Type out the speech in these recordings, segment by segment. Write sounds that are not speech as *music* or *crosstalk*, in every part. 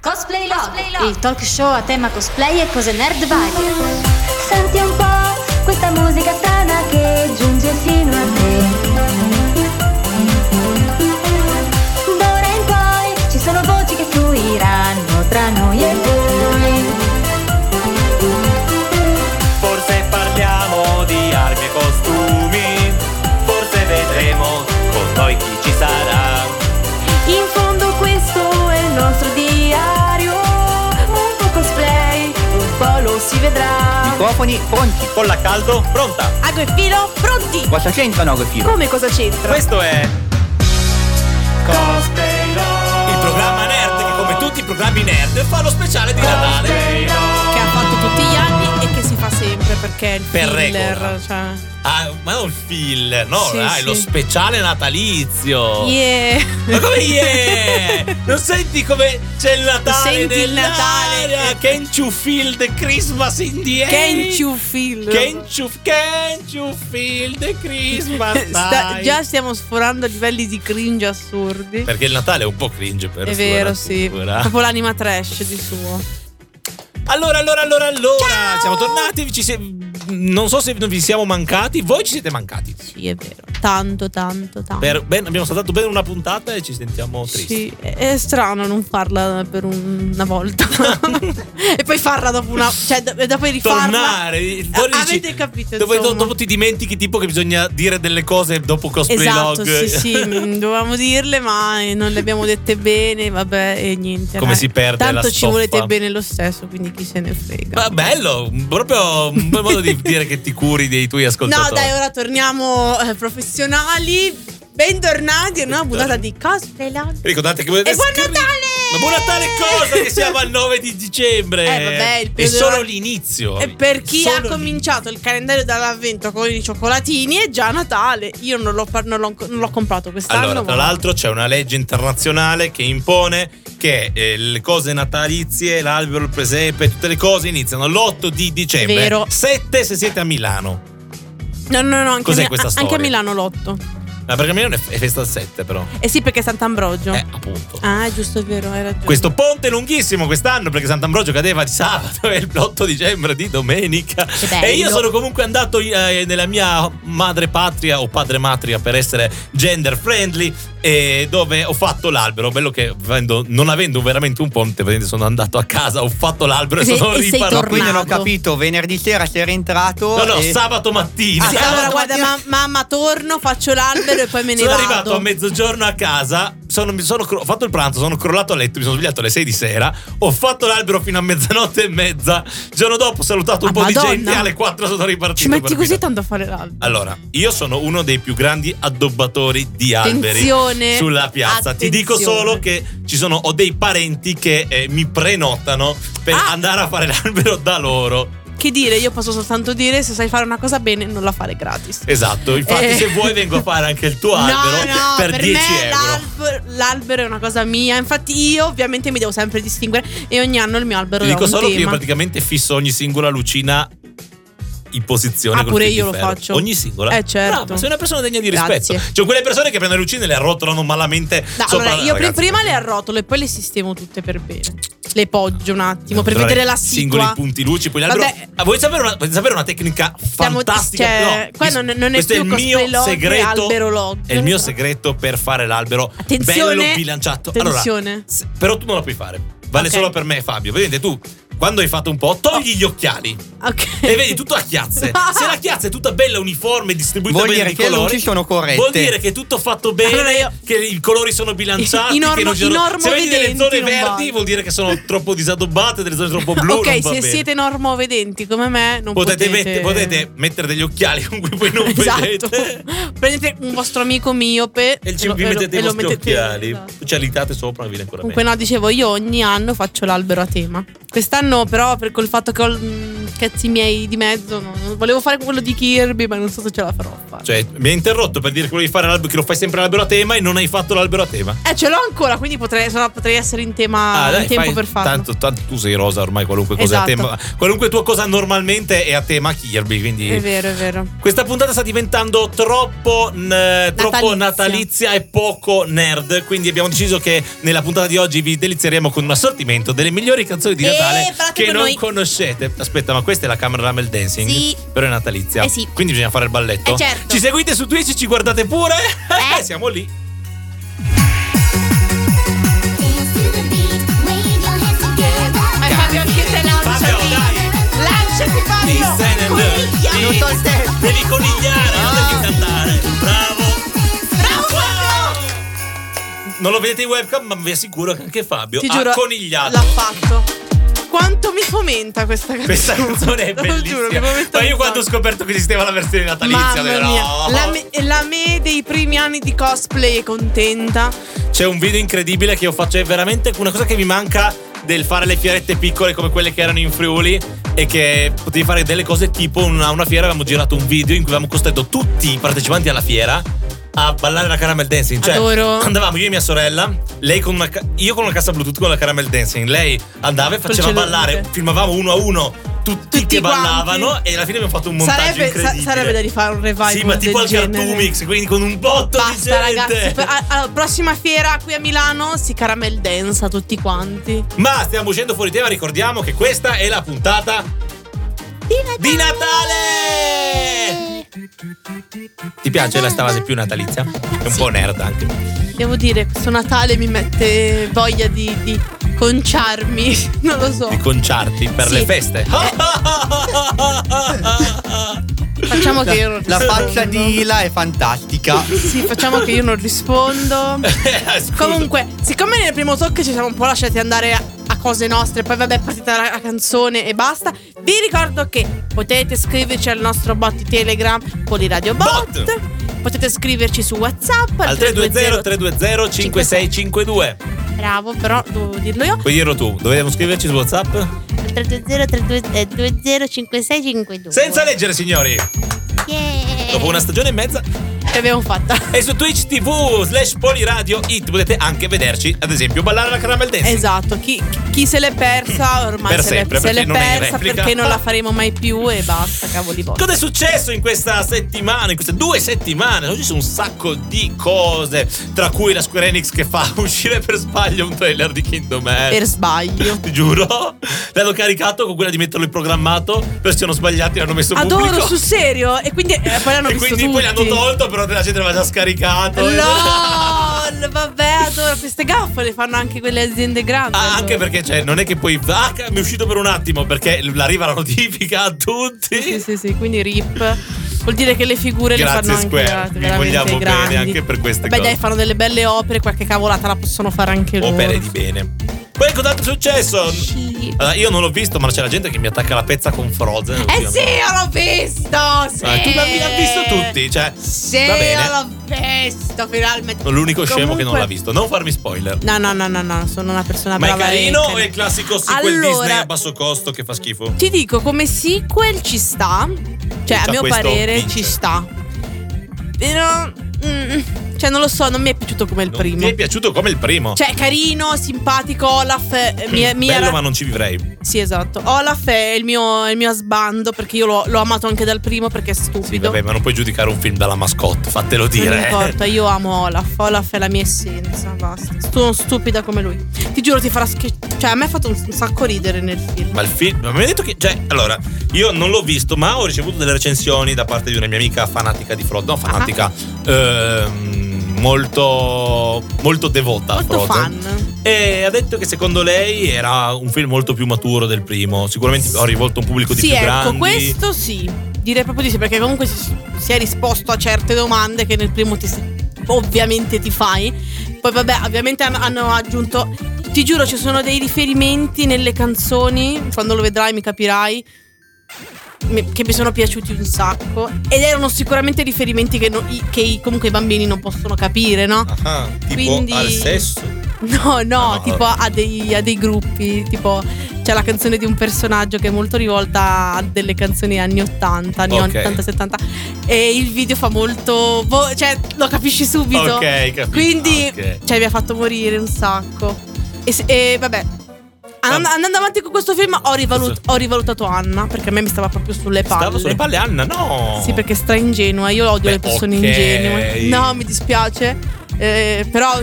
Cosplay Log, il talk show a tema cosplay e cose nerd varie. Senti un po' questa musica strana che giunge fino a te. D'ora in poi ci sono voci che fluiranno tra noi e voi. Forse parliamo di armi e costumi, forse vedremo con noi chi ci sarà. In fondo questo è il nostro diario, un po' cosplay, un po' lo si vedrà. Microfoni pronti. Colla a caldo, pronta! Ago e filo, pronti! Cosa c'entrano che filo? Come cosa c'entra? Questo è Cosplay Log, il programma nerd che come tutti i programmi nerd fa lo speciale di Natale. Che ha fatto tutti gli anni e che si fa sempre perché è il Per filler, regola. cioè. Ah, ma non il filler, no, Sì, ah, è sì. lo speciale natalizio. Yeah. Oh. Ma come yeah? *laughs* Non senti come c'è il Natale Senti il Natale. nell'aria? Can't you feel the Christmas in the air? Can't you feel? Can't you, can't you feel the Christmas *laughs* Sta- time? già stiamo sforando livelli di cringe assurdi. Perché il Natale è un po' cringe per È sua vero, sì. natura. Proprio l'anima trash di suo. Allora, allora, allora, allora. Ciao! Siamo tornati. Ci se- Non so se vi siamo mancati. Voi ci siete mancati. Sì, è vero. Tanto, tanto, tanto. Per- ben- abbiamo saltato bene una puntata e ci sentiamo tristi. Sì, è è strano non farla per un- *laughs* una volta e poi farla dopo una cioè do- e dopo rifarla. tornare. torni- Ah, avete dici- capito, Dopo, insomma. dopo ti dimentichi tipo che bisogna dire delle cose dopo cosplay Esatto, log. sì, *laughs* sì, mm, dovevamo dirle, ma eh, non le abbiamo dette bene, vabbè, e niente. Come dai. si perde la Tanto ci stoffa. volete bene lo stesso, quindi chi se ne frega. Ma bello, proprio un bel modo di dire che ti curi dei tuoi No, ascoltatori. dai, ora torniamo eh, professionali. Bentornati a una nuova puntata di Cosplay Log. Ricordate che potete E buon scrivere- Natale! Ma buon Natale cosa che siamo al 9 di dicembre. Eh, vabbè, il È periodo- solo l'inizio. E per chi Solo ha cominciato il calendario dall'avvento con i cioccolatini è già Natale. Io non l'ho, par- non l'ho- non l'ho comprato quest'anno. Allora, tra ma- l'altro c'è una legge internazionale che impone che eh, le cose natalizie, l'albero, il presepe, tutte le cose iniziano l'8 di dicembre. Vero. 7 se siete a Milano. No, no, no, anche, Cos'è a Mi- questa anche storia? a Milano l'otto. Ma perché a Milano è è festa al 7 però. Eh sì, perché è Sant'Ambrogio. Eh, appunto. Ah, giusto, è vero, hai ragione. Questo ponte lunghissimo quest'anno perché Sant'Ambrogio cadeva di sabato *laughs* e l'8 dicembre di domenica. Che bello. E io sono comunque andato eh, nella mia madre patria o padre matria per essere gender friendly e dove ho fatto l'albero. Bello che avendo- non avendo veramente un ponte, praticamente sono andato a casa, ho fatto l'albero e, Sì, sono e sei riparato. tornato. Quindi non ho capito, venerdì sera sei rientrato. No, no, e- sabato mattina. *laughs* Ah, Sì, sabato allora, guarda, mattina- ma- mamma, torno, faccio l'albero e poi me ne sono vado. arrivato a mezzogiorno a casa, sono- mi sono cro- ho fatto il pranzo, sono crollato a letto, mi sono svegliato alle 6 di sera, ho fatto l'albero fino a mezzanotte e mezza, il giorno dopo ho salutato un Ah, po' Madonna. di gente e alle 4 sono ripartito. Ci metti per così Milano. tanto a fare l'albero? Allora, io sono uno dei più grandi addobbatori di alberi Attenzione. sulla piazza. Ti dico Attenzione. solo che ci sono, ho dei parenti che eh, mi prenotano per Ah. andare a fare l'albero da loro. Che dire, io posso soltanto dire se sai fare una cosa bene, non la fare gratis. Esatto, infatti Eh. se vuoi vengo a fare anche il tuo albero *laughs* no, no, per, 10 me euro. l'albero, l'albero è una cosa mia. Infatti, io ovviamente mi devo sempre distinguere. E ogni anno il mio albero Ti è un dico solo che io tema. praticamente fisso ogni singola lucina in posizione. Ah, col pure fil di io lo ferro. faccio. Ogni singola. Eh, certo. Brava, sei una persona degna di Grazie. rispetto. Cioè, quelle persone che prendono le lucine e le arrotolano malamente. No, sopra, allora, io pri- ragazzi, prima le perché- arrotolo e poi le sistemo tutte per bene. Le poggio un attimo per Trovare vedere la Singoli situa. punti luci, poi l'albero. Vabbè. Ah, vuoi, sapere una, volete sapere una tecnica Stiamo- fantastica? cioè, No, qua non- non è questo è più il mio cosplay log, è segreto. albero log. È il mio segreto per fare l'albero Attenzione. bello bilanciato. Allora, Attenzione. se- però tu non lo puoi fare. Vale Ok. solo per me, e Fabio. Vedete, tu quando hai fatto un po', togli gli occhiali. ok. E vedi tutto a chiazze. Se la chiazza è tutta bella uniforme, distribuita Vuol bene dire di che le colori, luci sono corrette. Vuol dire che è tutto fatto bene, Allora io- che i colori sono bilanciati, I normo- che non ci i sono- Se vedi delle normovedenti zone non verdi, vanno. vuol dire che sono troppo disadobbate, delle zone troppo blu, non *laughs* ok, va se bene. siete normovedenti come me, non Potete, potete. met- potete mettere degli occhiali con cui poi non *laughs* Esatto. vedete. Prendete un vostro amico miope E ci- lo- vi lo- mettete e i lo vostri mettete- occhiali. esatto. Ci alitate sopra, vi viene ancora Comunque meglio. no, dicevo, io ogni anno faccio l'albero a tema. Quest'anno però per col fatto che ho mm, cazzi miei di mezzo. no, no. Volevo fare quello di Kirby, ma non so se ce la farò a fare. Cioè, mi hai interrotto per dire quello di fare l'albero, che lo fai sempre l'albero a tema e non hai fatto l'albero a tema. Eh, ce l'ho ancora, quindi potrei, se no potrei essere in tema Ah, in tempo fai- per farlo. Tanto, tanto tu sei rosa ormai, qualunque cosa è a Esatto. tema. Qualunque tua cosa normalmente è a tema Kirby, quindi... È vero, è vero. Questa puntata sta diventando troppo, n- troppo natalizia. Natalizia. e poco nerd, quindi abbiamo deciso che nella puntata di oggi vi delizieremo con un assortimento delle migliori canzoni di Eh, Natale parlate che con non noi. conoscete. Aspetta, ma questa è la camera Ramel Dancing? Sì. Però è natalizia. Eh sì. Quindi bisogna fare il balletto. Eh, certo. Ci seguite su Twitch, ci guardate pure. Eh. *laughs* Siamo lì. Ma Eh, Fabio, anche te lanciati. Fabio, oh, dai. Lanciati, Fabio. Devi Tutto il tempo. devi conigliare, non devi cantare. Bravo. Ah. Bravo, Fabio. Non lo vedete in webcam, ma vi assicuro che anche Fabio Ti ha giuro, conigliato. l'ha fatto. Quanto mi fomenta questa canzone? *laughs* Questa canzone è Te lo bellissima. giuro, mi fomenta Ma io un quando ho sacco. scoperto che esisteva la versione natalizia, oh, Mamma ho detto, mia, "No". la me, la me dei primi anni di cosplay è contenta. c'è un video incredibile che io faccio. È veramente una cosa che mi manca del fare le fiarette piccole come quelle che erano in Friuli. E che potevi fare delle cose tipo una, una fiera. Avevamo girato un video in cui avevamo costretto tutti i partecipanti alla fiera a ballare la caramel dancing. Cioè, Adoro. andavamo io e mia sorella, lei con una, ca- io con una cassa Bluetooth con la caramel dancing. Lei andava e faceva cellulare. ballare. Filmavamo uno a uno tutti, Tutti che quanti. ballavano. E alla fine abbiamo fatto un montaggio Sarebbe, sa- incredibile. sarebbe da rifare un revival. Sì, ma tipo al del Cartoon genere. Mix, quindi con un botto di Basta, gente. ragazzi. per- a- Allora, prossima fiera qui a Milano si caramel dance a tutti quanti. Ma stiamo uscendo fuori tema, ricordiamo che questa è la puntata di Natale! Ti piace la stavase più natalizia? È un po' nerd anche. Devo dire, questo Natale mi mette voglia di, di conciarmi. *laughs* Non lo so. Di conciarti per Sì. le feste. Facciamo che io non La rispondo. faccia di Ila è fantastica. Sì, facciamo che io non *laughs* rispondo. *laughs* Scusa. Comunque, siccome nel primo talk ci siamo un po' lasciati andare a, a cose nostre, poi vabbè è partita la, la canzone e basta, vi ricordo che potete scriverci al nostro bot di Telegram Poliradio Bot. Bot. Potete scriverci su WhatsApp Al 320-320-5652. Bravo, però dovevo dirlo io. Puoi dirlo tu, dovevamo scriverci su WhatsApp? 320-320-5652. Senza leggere, signori! Yeah. Dopo una stagione e mezza. Che abbiamo fatta. E su Twitch TV slash Poliradio It potete anche vederci, ad esempio, ballare la caramel dance. Esatto, chi, chi se l'è persa ormai Per se l'è- sempre, se l'è perché non è in persa replica. perché non la faremo mai più e basta, cavoli vostri. Cosa è successo in questa settimana, in queste due settimane? Oggi sono un sacco di cose, tra cui la Square Enix che fa *laughs* uscire per sbaglio un trailer di Kingdom Per Hearts. sbaglio. Ti giuro, l'hanno caricato con quella di metterlo in programmato, poi si sono sbagliati e l'hanno messo Adoro, pubblico. sul serio. E quindi eh, poi l'hanno e visto quindi poi tutti. l'hanno tolto, però la gente l'aveva già scaricato. LOL, *laughs* vabbè, adoro queste gaffe, le fanno anche quelle aziende grandi. *laughs* Ah, allora. anche perché cioè, non è che poi. Ah, mi è uscito per un attimo perché arriva la notifica a tutti. Sì, sì, sì, quindi rip. Vuol dire che le figure le Grazie fanno Square, anche vi veramente vogliamo bene grandi. anche per queste Vabbè, cose. dai, fanno delle belle opere, qualche cavolata la possono fare anche loro. Opere di bene. Poi cos'altro è successo? Sì. Allora, io non l'ho visto, ma c'è la gente che mi attacca la pezza con Frozen. Eh sì, io l'ho visto! Sì. Eh, tu l'hai l'ha visto tutti, cioè. Sì, va bene. io l'ho visto finalmente. Sono L'unico scemo che non Comunque- l'ha visto. Non farmi spoiler. No, no, no, no, no, sono una persona Ma è brava. e carino o carina. è il classico sequel Allora- Disney a basso costo che fa schifo? Ti dico, come sequel ci sta. Cioè, Già a mio questo parere vince. ci sta. Però. mm, cioè, non lo so, non mi è piaciuto come il Non primo. Mi è piaciuto come il primo. Cioè, carino, simpatico, *clears throat* Olaf. eh, Mi, mi Bello, era- ma non ci vivrei. Sì, esatto. Olaf è il mio, è il mio sbando perché io l'ho, l'ho amato anche dal primo perché è stupido. Sì, vabbè, ma non puoi giudicare un film dalla mascotte, fatelo dire. eh. Non importa, io amo Olaf. Olaf è la mia essenza. Basta. Sono stupida come lui. Ti giuro, ti farà scherzo. Cioè, a me ha fatto un un sacco ridere nel film. Ma il film. Ma mi hai detto che. Cioè, allora, io non l'ho visto, ma ho ricevuto delle recensioni da parte di una mia amica fanatica di Frozen. Ah. No, fanatica. ehm, molto. molto devota a Molto Frozen. fan. E ha detto che secondo lei era un film molto più maturo del primo. Sicuramente ha rivolto un pubblico di Sì, più ecco, grandi. questo sì. Direi proprio di sì, perché comunque si, si è risposto a certe domande che nel primo ti, si- ovviamente ti fai. Poi vabbè, ovviamente hanno, hanno aggiunto... Ti giuro, ci sono dei riferimenti nelle canzoni, quando lo vedrai mi capirai, mi- che mi sono piaciuti un sacco. Ed erano sicuramente riferimenti che, no- i- che i- comunque i bambini non possono capire, no? Ah, tipo Quindi- al sesso. No, no, No, no. tipo a dei, a dei gruppi, tipo c'è la canzone di un personaggio che è molto rivolta a delle canzoni anni 80, anni Ok. 80, 70 e il video fa molto boh, cioè lo capisci subito. Ok, capito. Ah, Quindi Ok. cioè mi ha fatto morire un sacco. E, se- e vabbè An- Vabbè. Andando avanti con questo film ho, rivalut- ho rivalutato Anna perché a me mi stava proprio sulle palle. Stavo sulle palle Anna, no. Sì, perché è stra ingenua. Io odio Beh, le persone ok. ingenue. No, mi dispiace. eh, però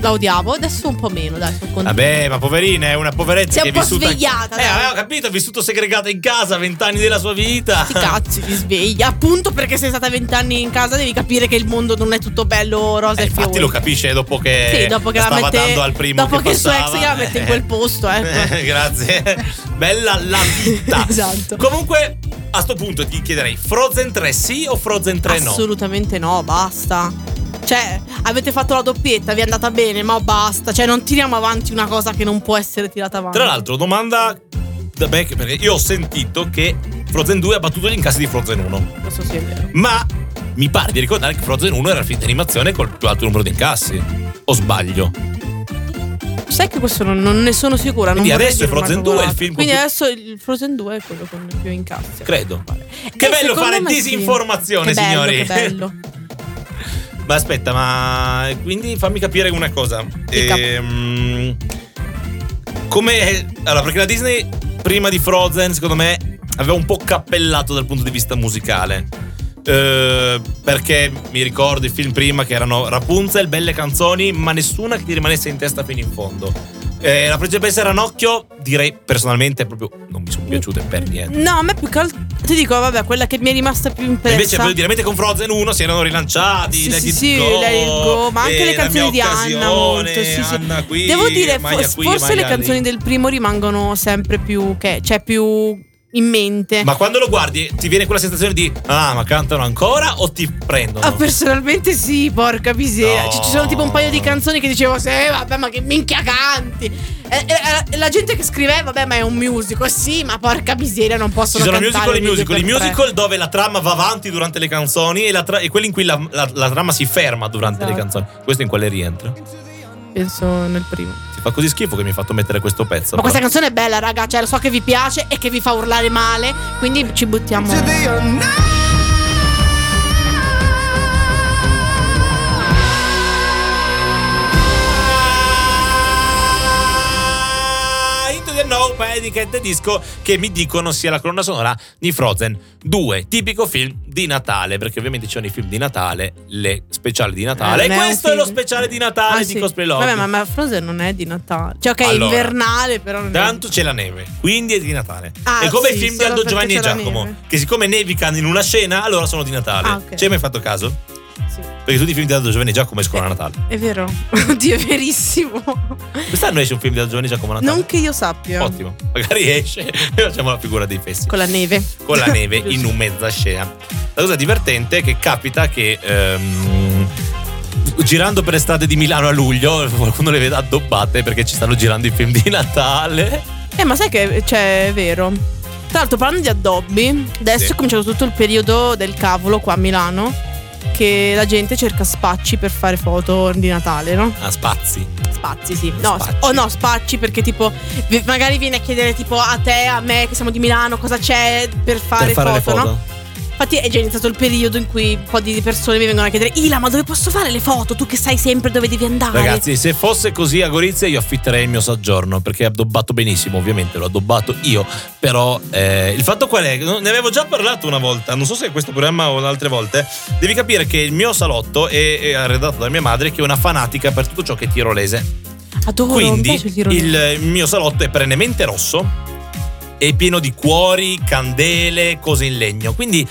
la odiavo. Adesso un po' meno, dai, sono contenta. Vabbè, ma poverina, è una poveretta Si è che un po' è vissuta. svegliata, Eh, dai. aveva capito, ha vissuto segregata in casa vent'anni della sua vita. Sti cazzi, ti sveglia. Appunto perché sei stata vent'anni in casa, devi capire che il mondo non è tutto bello, rosa Eh, e infatti fiori. lo capisce dopo che, Sì, dopo che la stava mette- dando al primo dopo che, che il suo ex passava. gliela mette in quel posto, *laughs* ecco. Eh, grazie bella la vita *laughs* Esatto. comunque a sto punto ti chiederei Frozen 3 sì o Frozen 3 no Assolutamente no, basta. Cioè, avete fatto la doppietta, vi è andata bene, ma basta. Cioè, non tiriamo avanti una cosa che non può essere tirata avanti. Tra l'altro, domanda da me, che- perché io ho sentito che Frozen 2 ha battuto gli incassi di Frozen 1, questo sì è vero. ma mi pare di ricordare che Frozen 1 era il film di animazione col più alto numero di incassi. O sbaglio? Sai che questo non, non ne sono sicura. non Quindi vorrei adesso dire Frozen una 2 cavolata. è il film con Quindi più- adesso il Frozen 2 è quello con più incassi. Credo. Che bello secondo fare me sì. disinformazione, Che bello, signori. Che bello. ma aspetta, ma quindi fammi capire una cosa. Dica. Ehm, come. Allora, perché la Disney prima di Frozen, secondo me, aveva un po' cappellato dal punto di vista musicale. Eh, perché mi ricordo i film prima che erano Rapunzel, belle canzoni, ma nessuna che ti rimanesse in testa fino in fondo. Eh, la principessa Ranocchio, direi personalmente, proprio non mi sono piaciute per *laughs* niente. No, a me più che altro. Ti dico, vabbè, quella che mi è rimasta più impressa. Invece, voglio dire, mentre con Frozen 1 si erano rilanciati. Sì, Let sì, It sì, Go, Let It Go, ma anche eh, le La canzoni mia di Anna occasione, molto, sì, sì. Anna qui, Devo dire, Maya fo- qui, forse le Maya lì. canzoni del primo rimangono sempre più. Che, cioè, più in mente. Ma quando lo guardi, ti viene quella sensazione di ah, ma cantano ancora o ti prendono? Ah, personalmente sì, porca miseria. No. Cioè, ci sono tipo un paio di canzoni che dicevo, sì, vabbè, ma che minchia canti. E, e- e- e la gente che scriveva, vabbè, ma è un musical. Sì, ma porca miseria, non Ci possono sono musical cantare. e musical. I i musical dove la trama va avanti durante le canzoni e, la tra- e quelli in cui la, la- la trama si ferma durante le Esatto. canzoni. Questo in quale rientra? Penso nel primo. Ti fa così schifo che mi hai fatto mettere questo pezzo. però. Ma questa canzone è bella, raga. Cioè, lo so che vi piace e che vi fa urlare male. Quindi ci buttiamo. Ah, Into the No Panic the Disco che mi dicono sia la colonna sonora di Frozen 2, tipico film di Natale, perché ovviamente ci sono i film di Natale, le speciali di Natale. Eh, e non è un questo è lo film. speciale di Natale Ah, di sì. Cosplay Love. Vabbè, ma, ma Frozen non è di Natale. Cioè, ok, Allora, è invernale, però. Non Tanto c'è la neve, quindi è di Natale. Ah, è come sì, i film di solo Aldo perché Giovanni e c'è la Giacomo, neve. che siccome nevicano in una scena, allora sono di Natale. Ah, ok. Ci hai mai fatto caso? è. Sì. Perché tutti i film di Aldo Giovanni e Giacomo Eh. escono a Natale. È vero. *laughs* Oddio, è verissimo. Quest'anno esce un film di Aldo Giovanni e Giacomo a Natale. Non che io sappia. Ottimo, magari esce *laughs* e facciamo la figura dei fessi. Con la neve. Con la *laughs* neve *laughs* in un mezza scena. La cosa divertente è che capita che ehm, girando per le strade di Milano a luglio *laughs* qualcuno le vede addobbate perché ci stanno girando i film di Natale. Eh, ma sai che cioè, è vero. Tra l'altro, parlando di addobbi, adesso Sì. è cominciato tutto il periodo del cavolo qua a Milano. Che la gente cerca spacci per fare foto di Natale, no? A spazi. Spazi, sì. No, Spacci. sp- o no, spacci perché tipo vi- magari viene a chiedere tipo a te, a me che siamo di Milano, cosa c'è per fare, per fare foto, le foto. no? Infatti è già iniziato il periodo in cui un po' di persone mi vengono a chiedere Ila, ma dove posso fare le foto? Tu che sai sempre dove devi andare. Ragazzi, se fosse così a Gorizia io affitterei il mio soggiorno perché è addobbato benissimo, ovviamente l'ho addobbato io, però eh, il fatto qual è? Ne avevo già parlato una volta, non so se è questo programma o altre volte, devi capire che il mio salotto è, è arredato da mia madre che è una fanatica per tutto ciò che è tirolese. Adoro, mi Quindi piace il tirone. il mio salotto è perennemente rosso e pieno di cuori, candele, cose in legno, quindi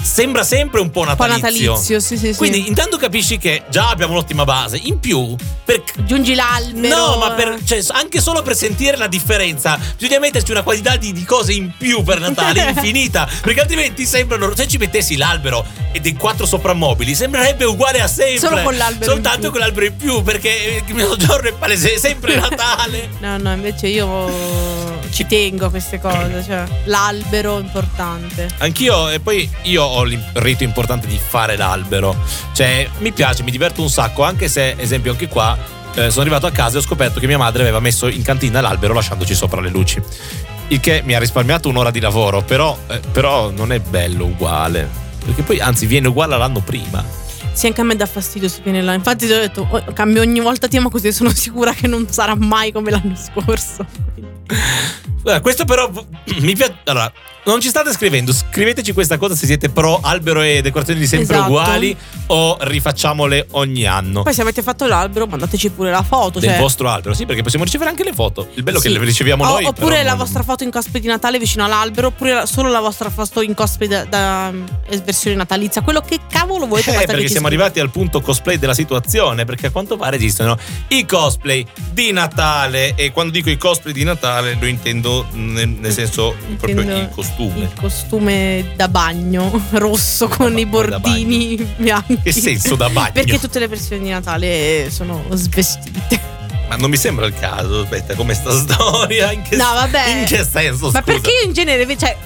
sembra sempre un po' Un po' natalizio, sì, sì, sì. Quindi intanto capisci che già abbiamo un'ottima base, in più per aggiungi l'albero. No, ma eh. per- cioè, anche solo per sentire la differenza, bisogna metterci una quantità di, di cose in più per *laughs* Natale, infinita. Perché altrimenti sembrano. Se ci mettessi l'albero e dei quattro soprammobili, sembrerebbe uguale a sempre. Solo con l'albero in Soltanto più. con l'albero in più, perché eh, il mio giorno è palese, è *laughs* sempre Natale. No, no, invece io ci tengo a queste cose, cioè l'albero è importante. Anch'io, e poi io ho il rito importante di fare l'albero. Cioè, mi piace, mi diverto un sacco, anche se, esempio, anche qua. eh, sono arrivato a casa e ho scoperto che mia madre aveva messo in cantina l'albero lasciandoci sopra le luci. Il che mi ha risparmiato un'ora di lavoro, però, eh, però non è bello uguale. Perché poi, anzi, viene uguale all'anno prima. Sì, anche a me dà fastidio se viene là. Infatti, ti ho detto, oh, cambio ogni volta tema così sono sicura che non sarà mai come l'anno scorso. Allora, questo però *clears throat* mi piace. Allora, non ci state scrivendo, scriveteci questa cosa se siete pro albero e decorazioni di sempre Esatto. uguali o rifacciamole ogni anno. Poi, se avete fatto l'albero, mandateci pure la foto. del cioè, vostro albero, sì, perché possiamo ricevere anche le foto. Il bello è Sì. che le riceviamo O- noi. Oppure però la non- vostra foto in cosplay di Natale vicino all'albero, oppure la- solo la vostra foto in cosplay da, da- eh, versione natalizia. Quello che cavolo Eh, volete perché fateci siamo scrivere. arrivati al punto cosplay della situazione, perché a quanto pare esistono i cosplay di Natale e quando dico i cosplay di Natale lo intendo nel, nel senso proprio Intendo il costume. Il costume da bagno *laughs* rosso con Ma i come da bordini bianchi. Che senso da bagno? Perché tutte le versioni di Natale sono svestite. *laughs* Ma non mi sembra il caso, aspetta, come sta storia? In che, No, vabbè. In che senso? Ma scusa? perché io in genere, cioè,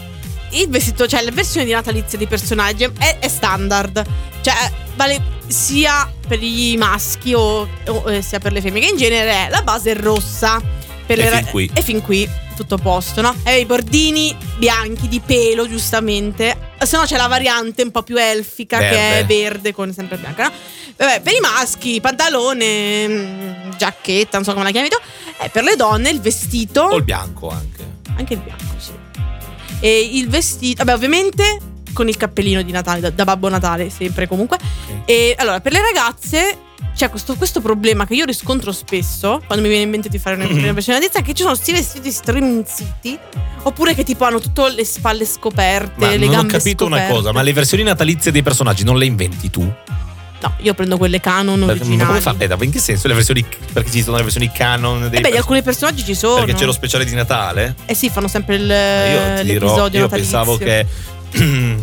il vestito, cioè, la versione di natalizia dei personaggi è, è standard. Cioè, vale sia per i maschi o, o, eh, sia per le femmine, che in genere è la base è rossa. Per E le ra- fin qui. E fin qui tutto a posto, no? E i bordini bianchi di pelo, giustamente. Se no c'è la variante un po' più elfica che è Verde. verde con sempre bianca, no? Vabbè, per i maschi, pantalone, mm, giacchetta, non so come la chiami tu. E per le donne il vestito O il bianco anche. anche il bianco, sì. E il vestito, vabbè, ovviamente con il cappellino di Natale, da, da Babbo Natale, sempre e comunque. E allora, per le ragazze c'è questo, questo problema che io riscontro spesso quando mi viene in mente *clears throat* di fare una, una versione natalizia, che ci sono questi vestiti strinziti, oppure che tipo hanno tutte le spalle scoperte, Ma le non ho gambe capito una scoperte. cosa, ma le versioni natalizie dei personaggi non le inventi tu? No, io prendo quelle canon Perché- Ma come originali. fa? Eh, in che senso le versioni? Perché ci sono le versioni canon dei E Eh beh, di perso- alcuni personaggi ci sono. Perché c'è lo speciale di Natale? Eh sì, fanno sempre il, io ti dirò, io l'episodio natalizio. pensavo che. *clears throat*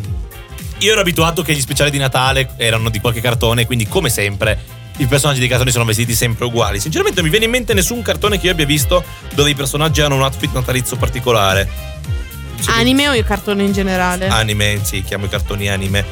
io ero abituato che gli speciali di Natale erano di qualche cartone, quindi come sempre. I personaggi dei cartoni sono vestiti sempre uguali. Sinceramente, non mi viene in mente nessun cartone che io abbia visto dove i personaggi hanno un outfit natalizio particolare. Cioè, Anime o il cartone in Ah, generale? Anime, sì, chiamo i cartoni anime.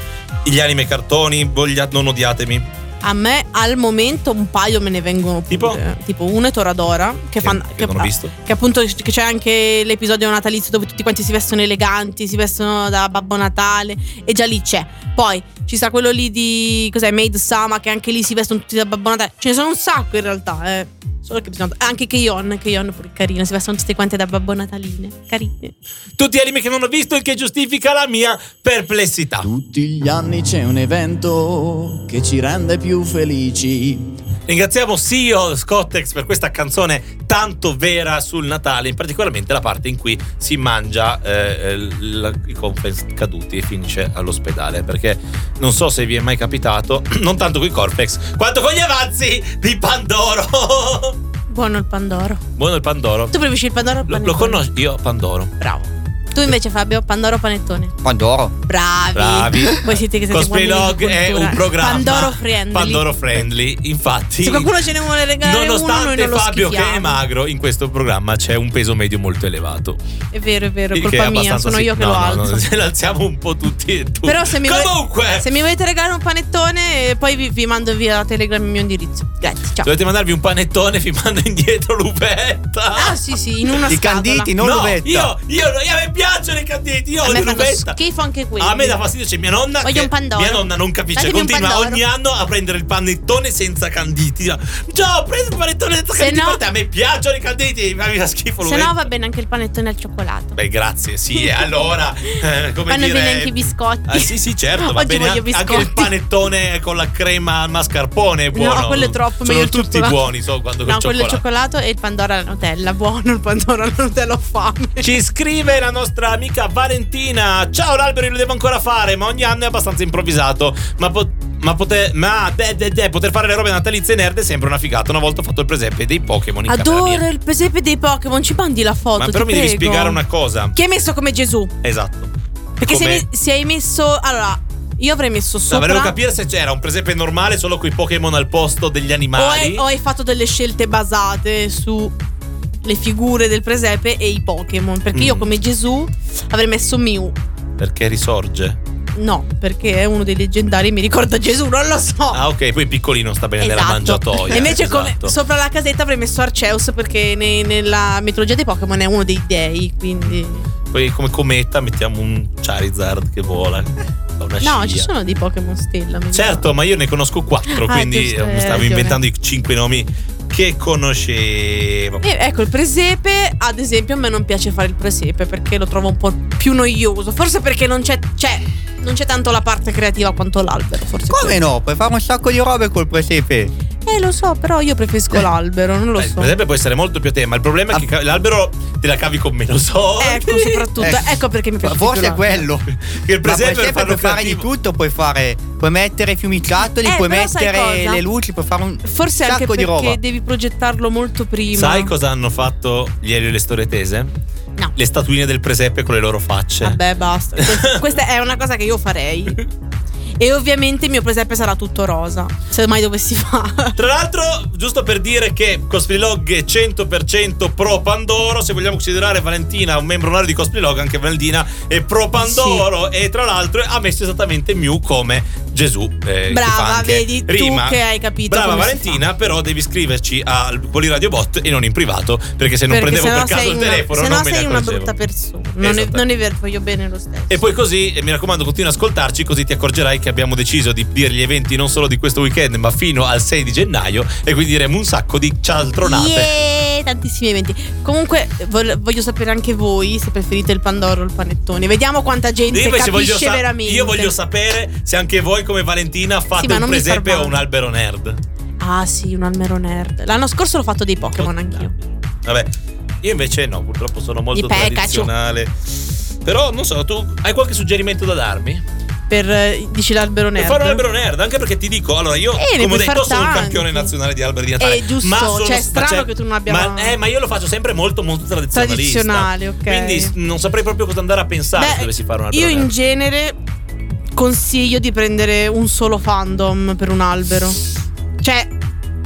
Gli anime cartoni, voglia- non odiatemi. A me al momento un paio me ne vengono pure. Tipo? Tipo uno è Toradora, che, Che, fan- che non ho visto. che appunto che c'è anche l'episodio natalizio dove tutti quanti si vestono eleganti, si vestono da Babbo Natale e già lì c'è. Poi ci sta quello lì di cos'è Maid Sama che anche lì si vestono tutti da Babbo Natale. Ce ne sono un sacco in realtà, eh. Solo che bisogna anche Keyon, Keyon pure carino, si vestono tutte quante da Babbo Nataline, carine. Tutti anime che non ho visto, il che giustifica la mia perplessità. Tutti gli anni c'è un evento che ci rende più felici. Ringraziamo CEO Scottex per questa canzone tanto vera sul Natale, in particolarmente la parte in cui si mangia eh, l- i cornflakes caduti e finisce all'ospedale, perché non so se vi è mai capitato, *clears throat* non tanto con i cornflakes, quanto con gli avanzi di Pandoro. *laughs* Buono il Pandoro. Buono il Pandoro. Tu preferisci il Pandoro o il Lo, lo panettone? conosci? Io Pandoro. Bravo. Tu invece Fabio, Pandoro o panettone? Pandoro. Bravi. Bravi. *laughs* Voi siete che siete Cosplay uomini Log di è cultura. un programma Pandoro friendly. Pandoro friendly, infatti. Se qualcuno ce ne vuole regalare uno, noi Nonostante non lo Fabio che schifiamo. è magro, in questo programma c'è un peso medio molto elevato. È vero, è vero, è Il colpa mia, abbastanza sono sì- io che no, lo no, alzo. no, *laughs* ce l'alziamo un po' tutti e tutti. Però se mi, Comunque, se mi volete regalare un panettone, eh, poi vi, vi mando via a Telegram il mio indirizzo. Grazie, ciao. dovete mandarvi un panettone, vi mando indietro l'ubetta. Ah, sì, sì, in una I scatola. canditi, non no, l'ubetta. Io, io, io- a me piacciono i canditi, io A odio me fanno l'ubetta. schifo anche quelli. A me dà fastidio, c'è mia nonna. Voglio che- un pandoro. Mia nonna non capisce, Datemi un continua pandoro. ogni anno a prendere il panettone senza canditi. Già, ho preso il panettone senza Se canditi. no- per te, A me piacciono i canditi, ma mi fa schifo Se l'ubetta. no va bene anche il panettone al cioccolato. Beh, grazie, sì, e *laughs* allora. eh, come Vanno dire- bene anche i biscotti. Ah, sì, sì, certo, va Oggi bene voglio an- anche il biscotti. panettone con la crema al mascarpone è buono. No, quello è troppo meglio Sono il tutti cioccolato. buoni, so, quando No, col quello al cioccolato. cioccolato e il Pandoro alla Nutella. *laughs* Buono il Pandoro alla Nutella, ho fame. Ci scrive la nostra amica Valentina. Ciao, l'albero lo devo ancora fare, ma ogni anno è abbastanza improvvisato. Ma po- ma poter, ma de- de- de- poter fare le robe natalizie nerd è sempre una figata. Una volta ho fatto il presepe dei Pokémon in camera Adoro mia. il presepe dei Pokémon, ci mandi la foto. Ma ti però mi devi prego. spiegare una cosa. Che hai messo come Gesù? Esatto. Perché se, Come- hai- se hai messo. Allora, io avrei messo No, sopra. volevo capire se c'era un presepe normale solo con i Pokémon al posto degli o, hai, animali. o hai fatto delle scelte basate su le figure del presepe e i Pokémon. Perché io Mm. come Gesù avrei messo Mew. Perché risorge. No, perché è uno dei leggendari, mi ricorda Gesù, non lo so. Ah, ok, poi piccolino sta bene nella Esatto. mangiatoia. E invece esatto. come sopra la casetta avrei messo Arceus perché ne- nella mitologia dei Pokémon è uno dei dei, quindi Poi come cometa mettiamo un Charizard che vola. fa Una No, scia. ci sono dei Pokémon stella. mi Certo, ma io ne conosco quattro, Ah, quindi giusto, hai eh, stavo ragione. inventando i cinque nomi che conoscevo. Eh, ecco, il presepe, ad esempio, a me non piace fare il presepe perché lo trovo un po' più noioso. Forse perché non c'è, cioè, non c'è tanto la parte creativa quanto l'albero. Forse Come no? Puoi fare un sacco di robe col presepe. Eh, lo so, però io Eh. preferisco l'albero, non lo Beh, so. Ah. per esempio può essere molto più a te, ma il problema è che ca- l'albero te la cavi con meno soldi. *laughs* Ecco, soprattutto, Eh, ecco, perché mi piace. Forse è quello. quello. Che *laughs* il Ma presepe presepe per farlo puoi fare di creativo. tutto, puoi fare. Puoi mettere i fiumicattoli, Eh, puoi però sai mettere cosa? le luci, puoi fare un Forse sacco anche perché di roba. devi progettarlo molto prima. Sai cosa hanno fatto gli Elio e le storie tese? No. Le statuine del presepe con le loro facce. Vabbè, *laughs* basta. Questa- Questa è una cosa che io farei. E ovviamente il mio presepe sarà tutto rosa. Se mai dovessi *laughs* fare. Tra l'altro, giusto per dire che Cosplaylog è 100% pro Pandoro, se vogliamo considerare Valentina un membro onorario di Cosplaylog, anche Valentina è pro Pandoro e tra l'altro ha messo esattamente Mew come Gesù. eh, Brava, si fa anche vedi, tu che hai capito Brava come si Valentina, però devi scriverci al Poliradiobot e non in privato, perché se non perché prendevo per sennò caso sei il una- telefono sennò non me ne sei una accorgevo. brutta persona. Non è, Esatto. non è vero, voglio bene lo stesso. E poi così, eh, mi raccomando, continua ad ascoltarci, così ti accorgerai che abbiamo deciso di dire gli eventi non solo di questo weekend, ma fino al 6 di gennaio. E quindi diremo un sacco di cialtronate. Yeah, tantissimi eventi. Comunque vol- voglio sapere anche voi se preferite il Pandoro o il panettone. Vediamo quanta gente Io invece capisce voglio, sa- veramente. io voglio sapere se anche voi come Valentina fate Sì, ma un non mi far presepe male. o un albero nerd. Ah, sì, un almero nerd. L'anno scorso l'ho fatto dei Pokémon anch'io. Vabbè, io invece no, purtroppo sono molto Di Pikachu. tradizionale. Però non so, tu hai qualche suggerimento da darmi? Per eh, dici l'albero nerd. Per fare un albero nerd, anche perché ti dico, allora io Eh, come ne ho puoi detto far sono un tanti. campione nazionale di alberi di Natale. Eh, giusto, ma sono, cioè, è strano ma c'è- che tu non abbia- Ma, eh, ma io lo faccio sempre molto molto tradizionalista. Tradizionale, ok. Quindi s- non saprei proprio cosa andare a pensare se Beh, dovessi fare un albero Io nerd. in genere consiglio di prendere un solo fandom per un albero. Cioè,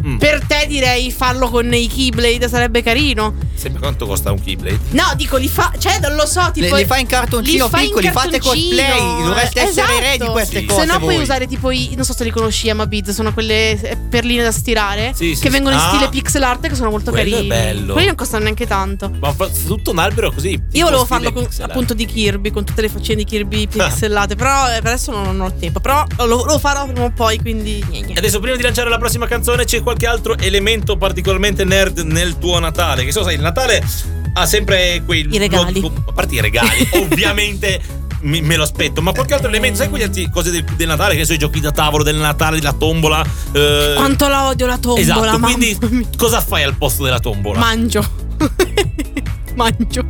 Mm. per te direi farlo con i Keyblade sarebbe carino. Sempre quanto costa un Keyblade? No, dico li fa, cioè non lo so, Le, tipo li fai in cartoncino li fai in piccoli, fate cartoncino. cosplay, dovreste essere re di Esatto. queste Sì. cose. Se no puoi voi. usare tipo i non so se li conosci Amabiz, sono quelle eh, perline da stirare Sì, sì, che sì. vengono in Ah. stile pixel art che sono molto Quello è carini. bello. Quelli non costano neanche tanto. Ma fa- tutto un albero così. tipo Io volevo stile farlo con- pixel art. Ah. appunto di Kirby, con tutte le faccine di Kirby pixellate, però eh, per adesso non ho il tempo, però lo, lo farò prima o poi, quindi gne, gne. E Adesso prima di lanciare la prossima canzone c'è qualche altro elemento particolarmente nerd nel tuo Natale. Che so, sai, il Natale ha sempre quei I regali. luoghi- a parte i *laughs* regali, ovviamente mi- me lo aspetto, ma qualche altro elemento, sai quegli altri cose del, del Natale, che so, i giochi da tavolo del Natale, la tombola. eh, Quanto la odio la tombola, Esatto, mamma quindi mia. cosa fai al posto della tombola? mangio. *laughs* mangio.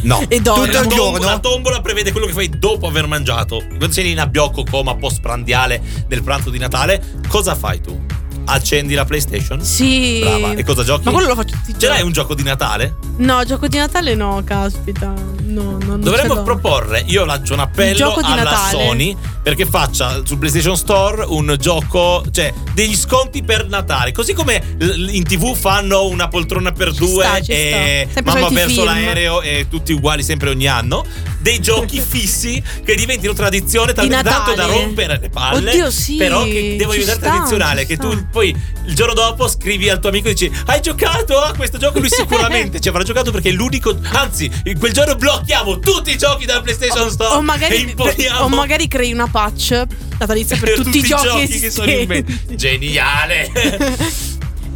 no. E dormo. Tutto il La tombola- giorno? La tombola prevede quello che fai dopo aver mangiato. Quando sei in abbiocco, coma post prandiale del pranzo di Natale, cosa fai tu? Accendi la PlayStation? Sì. Brava. E cosa giochi? Ma quello lo faccio tutti i Ce l'hai giorni. un gioco di Natale? No, gioco di Natale no, caspita. No, no, non ce Dovremmo l'ho. proporre, io lancio un Il appello gioco di alla Natale. Sony perché faccia sul PlayStation Store un gioco, cioè degli sconti per Natale, così come l- in TV fanno una poltrona per Ci due sta, ci e sta. Sempre mamma soliti verso film. l'aereo e tutti uguali sempre ogni anno, dei *laughs* giochi fissi che diventino tradizione talmente tanto Natale. da rompere le palle, Oddio, sì, però che devono ci diventare sta, tradizionale, ci che sta. tu poi il giorno dopo scrivi al tuo amico e dici "Hai giocato a questo gioco?" *laughs* Lui sicuramente ci avrà giocato perché è l'unico anzi, in quel giorno blocchiamo tutti i giochi dalla PlayStation Store o e magari, *laughs* imponiamo o magari crei una patch natalizia per, tutti, i giochi, che sono in esistenti. *laughs* mente. Geniale!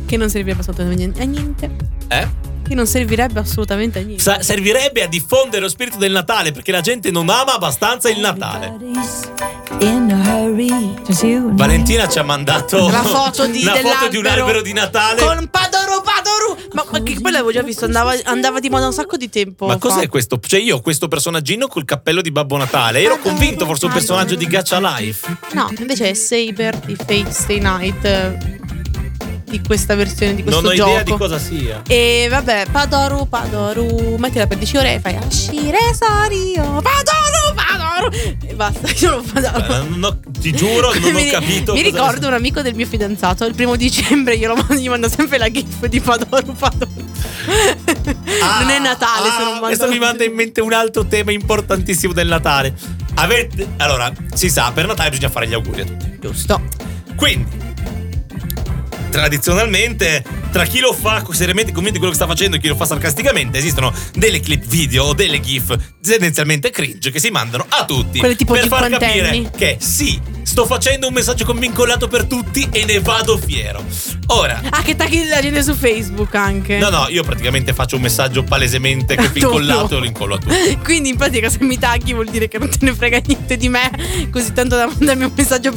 Che non servirebbe assolutamente a niente. eh? Che non servirebbe assolutamente a niente. Sa- servirebbe a diffondere lo spirito del Natale perché la gente non ama abbastanza il Natale. Everybody's In a hurry tonight. Valentina ci ha mandato la foto *laughs* di, una foto di un dell'albero albero di Natale. Con Padoru Padoru Ma, ma che quello l'avevo già visto Andava, andava di moda un sacco di tempo Ma cos'è fa. questo? Cioè, io ho questo personaggino col cappello di Babbo Natale. Ah, Ero convinto fosse un personaggio di Gacha Life. No invece è Saber di Fate Stay Night eh, Di questa versione di questo Non ho gioco idea di cosa *laughs* sia. E vabbè, Padoru, Padoru, mettila per 10 ore e fai Ashire Sario, Padoru, Padoru E basta, *laughs* io non Beh, Padoru non ho- ti giuro, non Mi- ho capito. Mi cosa- ricordo un amico del mio fidanzato, il primo dicembre io lo mando- gli mando sempre la gif di Padoru, Padoru Ah, Non è Natale se ah, non mando Questo mi manda in mente un altro tema importantissimo del Natale. Avete, allora, si sa, per Natale bisogna fare gli auguri a tutti. Giusto. Quindi, tradizionalmente, tra chi lo fa seriamente convinto di quello che sta facendo e chi lo fa sarcasticamente, esistono delle clip video o delle gif tendenzialmente cringe che si mandano a tutti Quelle tipo per far cinquantenni. capire che sì, sto facendo un messaggio convincolato per tutti e ne vado fiero. Ora, Ah, che tagli la gente su Facebook anche. no, no, io praticamente faccio un messaggio palesemente che *laughs* Tu no. incollato e lo incollo a tutti. *laughs* Quindi in pratica se mi tagli vuol dire che non te ne frega niente di me, così tanto da mandarmi un messaggio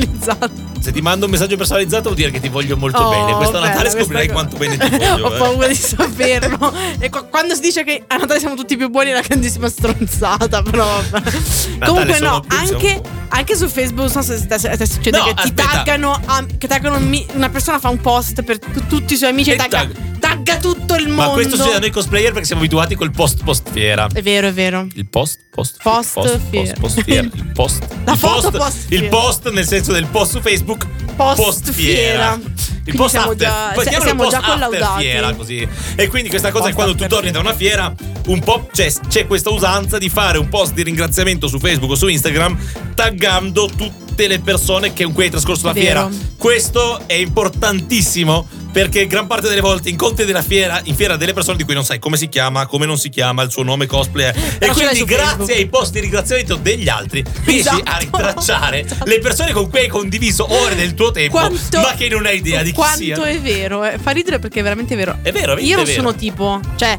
personalizzato. Se ti mando un messaggio personalizzato vuol dire che ti voglio molto Oh, bene. Questo bella, Natale questa scoprirai cosa. quanto bene *laughs* ti voglio. Ho eh. paura di saperlo. E qua- quando si dice che a Natale siamo tutti più buoni è una grandissima stronzata, però. vabbè. Comunque sono no, più, siamo anche, buoni. anche su Facebook non so se sta- se succede No, che ti aspetta. taggano, a- che taggano mi- una persona fa un post per tu- tutti i suoi amici e, E tagga, tag- tagga tutto il mondo. Ma questo succede a noi cosplayer perché siamo abituati col post post fiera. È vero, è vero. Il post post Post post fiera. post, post fiera. Il post. *laughs* La il foto post Il fiera. post nel senso del post su Facebook. Post fiera. Il Quindi post siamo after. già- Poi se- chiamalo siamo post già after collaudati. Fiera, così. E quindi questa cosa Post è quando tu after torni da una fiera, un po' c'è, c'è questa usanza di fare un post di ringraziamento su Facebook o su Instagram taggando tutte le persone che con cui hai trascorso la Vero. fiera. Questo è importantissimo perché gran parte delle volte incontri della fiera, in fiera delle persone di cui non sai come si chiama, come non si chiama, il suo nome cosplay. è. E ce l'hai quindi su grazie Facebook. ai post di ringraziamento degli altri riesci a Esatto. ritracciare le persone con cui hai condiviso ore del tuo tempo, Quanto- ma che non hai idea di chi quanto sia. è vero. eh. Fa ridere perché è veramente vero. È vero, è Io non vero. sono tipo, cioè,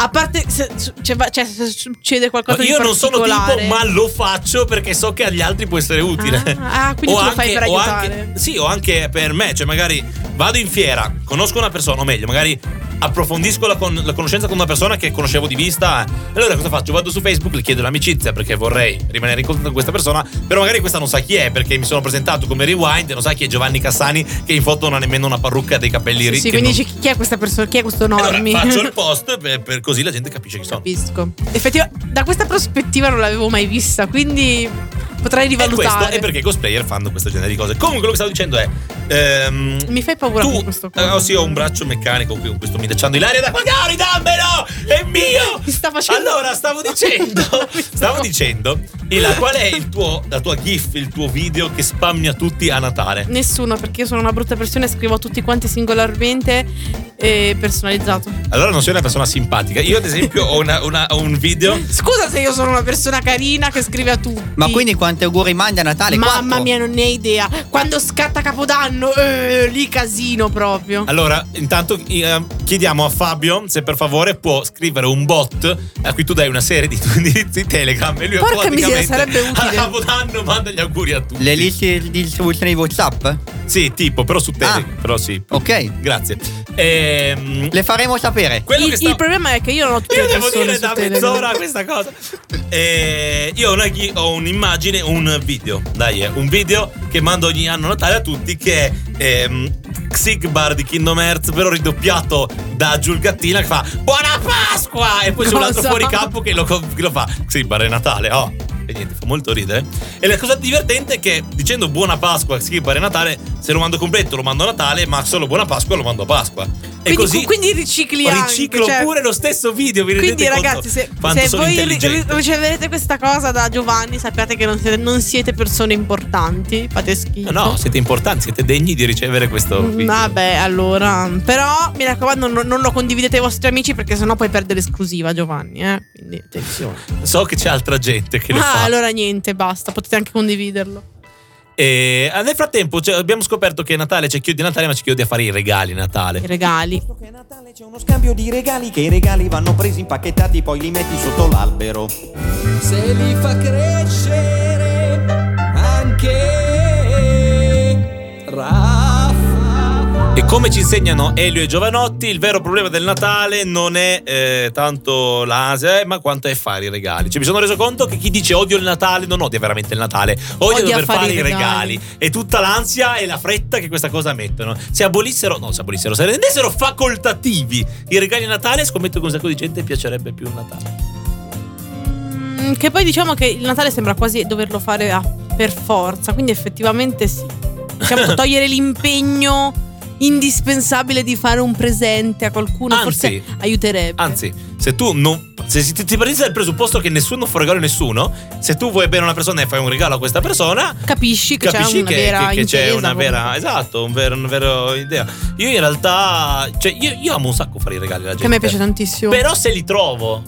a parte se, su- cioè, va- cioè, se succede qualcosa di Io non sono tipo, particolare. ma lo faccio perché so che agli altri può essere utile. Ah, ah, quindi O tu lo fai per o aiutare. anche- sì, o anche per me, cioè magari vado in fiera, conosco una persona, o meglio, magari approfondisco la, con- la conoscenza con una persona che conoscevo di vista. E allora cosa faccio? Vado su Facebook, le chiedo l'amicizia perché vorrei rimanere in contatto con questa persona, però magari questa non sa chi è perché mi sono presentato come Rewind e non sa chi è Giovanni Cassani che in foto non ha nemmeno una parrucca e dei capelli Sì, ricchi. sì, quindi non- dici chi è questa persona? Chi è questo allora, normi? faccio *laughs* il post per, per così la gente capisce chi sono. Capisco. Effettivamente, da questa prospettiva non l'avevo mai vista, quindi potrei E questo rivalutare. è perché i cosplayer fanno questo genere di cose. Comunque, quello che stavo dicendo è. ehm, Mi fai paura tu, con questo qua. Ah, sì, ho un braccio meccanico qui con questo minacciando Ilaria da qualche anno, dammelo! È mio! *laughs* Mi sta facendo- Allora, *laughs* stavo dicendo. Mi sta- stavo dicendo, Ila, qual è il tuo, la tua GIF, il tuo video che spammi a tutti a Natale? Nessuno, perché io sono una brutta persona e scrivo a tutti quanti singolarmente e personalizzato. Allora, non sei una persona simpatica. Io, ad esempio, ho, una- una- ho un video. Scusa se io sono una persona carina che scrive a tutti. Ma quindi quanti auguri mandi a Natale? Mamma Quattro? mia, non ne hai idea. Quando scatta Capodanno, eh, lì casino proprio. Allora, intanto eh, chiediamo a Fabio se per favore può scrivere un bot a cui tu dai una serie di *laughs* tuoi indirizzi Telegram e lui Porca miseria, automaticamente sarebbe utile. *laughs* A Capodanno manda gli auguri a tutti. Le liste di distribuzione di WhatsApp? Sì, tipo, però su Telegram, però sì. Ok. Grazie. Ehm, Le faremo sapere. quello il, che sta- *laughs* il problema è che io non ho tutte io le devo persone dire su da Telegram. mezz'ora questa cosa. Eh, io ho, una ghi- ho un'immagine, un video. Dai, eh, un video che mando ogni anno a Natale a tutti che è ehm, Sigbar di Kingdom Hearts, però ridoppiato da Giulgattina che fa Buona Pasqua! E poi c'è un altro Cosa? fuori campo che lo, co- che lo fa Sigbar è Natale, oh. E niente, fa molto ridere. E la cosa divertente è che dicendo Buona Pasqua, Sigbar è Natale, se lo mando completo lo mando a Natale, ma solo Buona Pasqua lo mando a Pasqua. E Quindi, così quindi ricicli riciclo anche, cioè- pure lo stesso video vi Quindi rendete conto ragazzi, se, quanto se sono voi ri- ri- intelligente riceverete questa cosa da Giovanni, sappiate che non siete, non siete persone importanti, fate schifo. No, no siete importanti siete degni di ricevere questo Mm, video Vabbè, allora. Però mi raccomando, non, non lo condividete ai vostri amici perché sennò poi perde l'esclusiva, Giovanni. Eh? Quindi attenzione. so che c'è altra gente che lo Ah, fa allora niente, basta. Potete anche condividerlo. e ah, nel frattempo cioè, abbiamo scoperto che Natale c'è chi odia Natale ma c'è chi odia fare i regali a Natale I regali. Visto che è Natale c'è uno scambio di regali che i regali vanno presi impacchettati poi li metti sotto l'albero. Se li fa crescere anche Raffa. E come ci insegnano Elio e Giovanotti, il vero problema del Natale non è eh, tanto l'Asia, eh, ma quanto è fare i regali. Cioè, mi sono reso conto che chi dice odio il Natale non odia veramente il Natale, odia, dover fare, i regali. E tutta l'ansia e la fretta che questa cosa mettono. Se abolissero, no, se abolissero, se rendessero facoltativi i regali a Natale, scommetto che un sacco di gente piacerebbe più il Natale. Mm, Che poi diciamo che il Natale sembra quasi doverlo fare a- per forza, quindi effettivamente sì. *laughs* Diciamo togliere l'impegno indispensabile di fare un presente a qualcuno Anzi. forse aiuterebbe. Anzi, se tu non. Se si- ti, ti prendi dal presupposto che nessuno fa regalo a nessuno, se tu vuoi bene a una persona e fai un regalo a questa persona, Capisci che c'è capisci una che, vera che- che c'è intesa, una proprio. vera. Esatto, un vero, una vera idea. Io in realtà. Cioè, io, io amo un sacco fare i regali alla gente. Che a me piace tantissimo. Però se li trovo.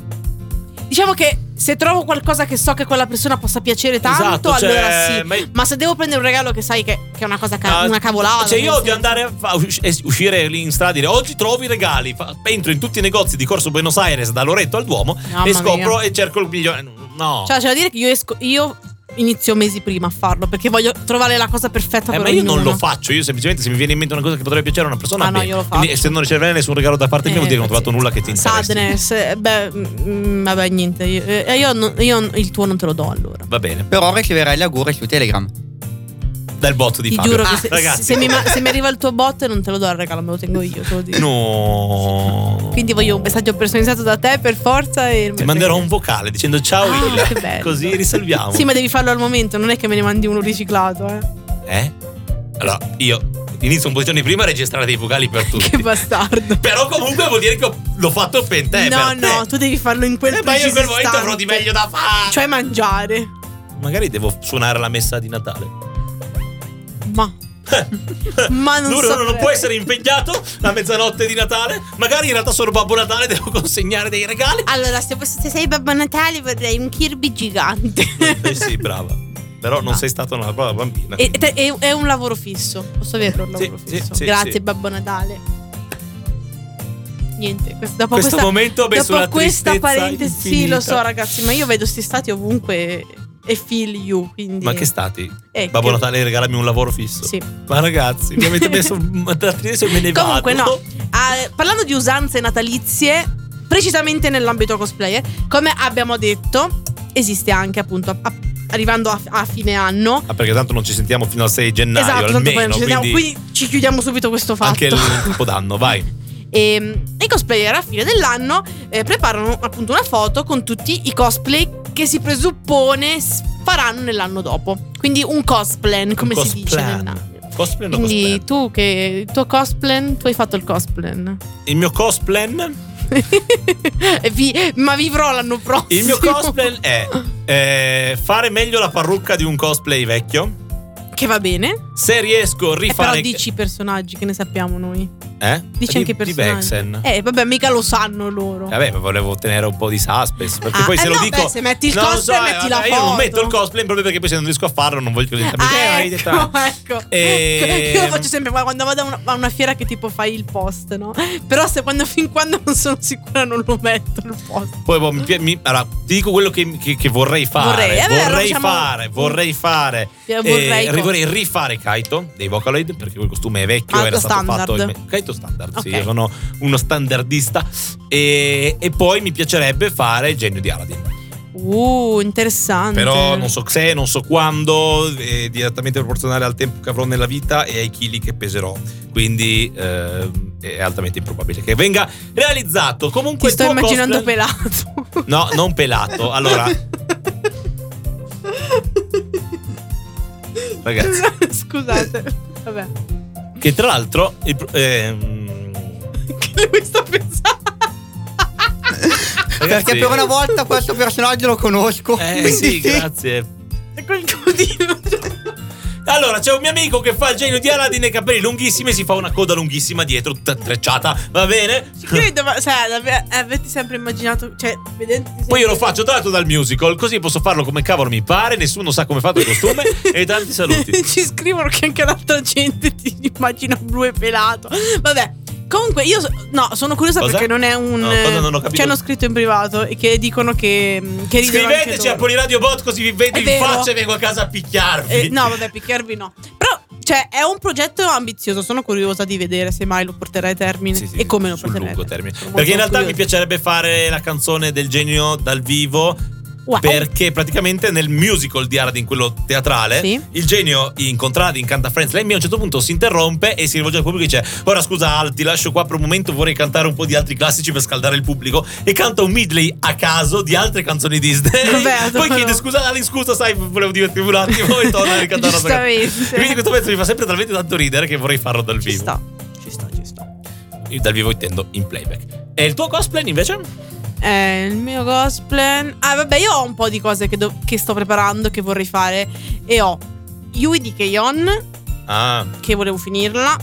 Diciamo che se trovo qualcosa che so che quella persona possa piacere tanto, Esatto, cioè, allora sì. ma- Ma... se devo prendere un regalo che sai che, che è una cosa ca- Ah, una cavolata. Cioè, io nel odio senso- andare a fa- usci- es- uscire lì in strada e dire oggi trovo i regali. Fa- entro in tutti i negozi di Corso Buenos Aires, da Loreto al Duomo, Mamma e scopro mia. e cerco il migliore. No. Cioè, c'è da dire che io esco. Io inizio mesi prima a farlo perché voglio trovare la cosa perfetta Eh, per ma io non ognuno. lo faccio, io semplicemente se mi viene in mente una cosa che potrebbe piacere a una persona, Ah, no, bene. io lo faccio. Quindi, se non riceverai nessun regalo da parte mia, Eh, vuol dire che non ho trovato nulla che ti interessa. Sadness, eh, beh, mm, vabbè, niente. Io, eh, io non- io il tuo non te lo do allora. Va bene, Però riceverai gli auguri su Telegram. dal botto di Ti Fabio. giuro Ah, che se, ragazzi. se mi, ma- se mi arriva il tuo bot non te lo do il regalo, me lo tengo io, te lo dico. No. Quindi voglio un messaggio personalizzato da te per forza e Ti manderò un vocale dicendo ciao Ah, Ilja. che bello. Così risolviamo. *laughs* Sì, ma devi farlo al momento, non è che me ne mandi uno riciclato, eh. Eh? Allora, io inizio un po' di giorni prima a registrare dei vocali per tutti. Che bastardo. Però comunque vuol dire che ho- l'ho fatto per te. no, per te. no, tu devi farlo in quel Eh, ma io in preciso quel momento avrò di istante. meglio da fare. Cioè mangiare. Cioè- Magari devo suonare la messa di Natale. *laughs* Ma Ma Ah, non Duro, non saprei. può essere impegnato la mezzanotte di Natale. Magari in realtà sono Babbo Natale, devo consegnare dei regali. Allora, se, fosse- se sei Babbo Natale vorrei un Kirby gigante. *laughs* Eh sì, brava. Però non sei stata una brava bambina. Ah. E- te- è, è un lavoro fisso, posso averlo un Sì, lavoro sì, fisso. sì, Grazie sì. Babbo Natale. Niente, questo- dopo Questo questa, momento ha messo dopo una questa tristezza parentesi, sì, infinita. lo so ragazzi, ma io vedo sti stati ovunque e feel you, quindi Ma che stati? Eh, Babbo che- Natale regalami un lavoro fisso. Sì. Ma ragazzi, mi avete *laughs* messo da adesso me ne Comunque vado. no, Ah, parlando di usanze natalizie, precisamente nell'ambito cosplayer, come abbiamo detto, esiste anche appunto a- arrivando a- a fine anno Ah, perché tanto non ci sentiamo fino al 6 gennaio esatto, tanto almeno, poi non ci sentiamo, quindi, quindi ci chiudiamo subito questo fatto. anche il capodanno, vai. E, I cosplayer a fine dell'anno eh, preparano appunto una foto con tutti i cosplay che si presuppone s- faranno nell'anno dopo. Quindi un cosplan, come si dice Cosplan. nell'anno. Cosplan o Quindi cosplan? tu che il tuo cosplan, tu hai fatto il cosplan. Il mio cosplan, E *laughs* vi- ma vivrò l'anno prossimo. il mio cosplan è eh, fare meglio la parrucca di un cosplay vecchio. Che va bene. Se riesco a Eh, però rifare dici i personaggi che ne sappiamo noi. eh? Dici di, anche i di personaggi. Vexen. Eh, Cioè, Eh, vabbè, mica lo sanno loro. Vabbè, ma volevo tenere un po' di suspense. Perché Ah, poi se eh lo no, dico. beh, se metti il Non cosplay, eh, metti la vabbè, Io non foto. metto il cosplay proprio perché poi se non riesco a farlo, non voglio che lo dica. Ah, Eh, hai detto- Eh, ecco, ecco. E- Io lo faccio sempre guarda, quando vado a una, a una fiera che tipo fai il post, no? Però se quando, fin quando non sono sicura non lo metto il post. Poi boh, mi, pi- mi- allora, ti dico quello che, che- che vorrei fare. Vorrei, eh, beh, allora facciamo- fare, vorrei fare. Eh, vorrei eh, cosa? vorrei rifare Kaito dei Vocaloid perché quel costume è vecchio, Alto era stato standard. fatto. in- Kaito standard, sì, Ok. erano uno standardista. E, e poi mi piacerebbe fare il genio di Aladdin. Uh, interessante. Però non so se, non so quando, è direttamente proporzionale al tempo che avrò nella vita e ai chili che peserò. Quindi ehm, è altamente improbabile che venga realizzato. Comunque Ti il sto tuo immaginando cosplay- pelato. *laughs* No, non pelato. Allora, ragazzi, Scusate. Vabbè. che tra l'altro il pro- ehm, Che lui sta pensando. ragazzi- Perché per una volta questo personaggio lo conosco. Eh quindi sì, grazie. È quel codino. Allora, c'è un mio amico che fa il genio di Aladdin e i capelli lunghissimi e si fa una coda lunghissima dietro, tutta trecciata, va bene? Ci credo, ma cioè, l'ave- avete sempre immaginato. Cioè, vedete. Poi io lo faccio tra l'altro dal musical, così posso farlo come cavolo mi pare, nessuno sa come è fatto il costume e tanti *laughs* saluti. Ci scrivono che anche l'altra gente ti immagina blu e pelato. Vabbè. Comunque io so- no, sono curiosa Cosa? perché non è un No, cosa non ho capito? ci hanno scritto in privato e che dicono che che ridono anche Scriveteci a loro. Poliradio Bot così vi vedo È in vero. faccia e vengo a casa a picchiarvi. Eh, no, vabbè, picchiarvi no. Però cioè è un progetto ambizioso, sono curiosa di vedere se mai lo porterai a termine Sì, sì, e come lo sul porterai. a lungo termine. Sono Perché in molto realtà mi curiosa. piacerebbe fare la canzone del genio dal vivo. Wow. Perché praticamente nel musical di Aladdin, quello teatrale, Sì. il genio incontra Aladdin, canta Friends, lei a un certo punto si interrompe e si rivolge al pubblico e dice ora scusa Al, ti lascio qua per un momento, vorrei cantare un po' di altri classici per scaldare il pubblico e canta un medley a caso di altre canzoni Disney. *laughs* Vabbè, Poi adoro. chiede scusa Aladdin, scusa sai, volevo divertirmi un attimo e torna a ricantare la sua canzone. Giustamente. Quindi questo pezzo mi fa sempre talmente tanto ridere che vorrei farlo dal Ci vivo. sta, ci sta, ci sta. Io dal vivo intendo in playback. E il tuo cosplay invece? Eh, il mio cosplay. Ah, vabbè, io ho un po' di cose che, do- che sto preparando, che vorrei fare. E ho Yui di Keyon, Ah, che volevo finirla.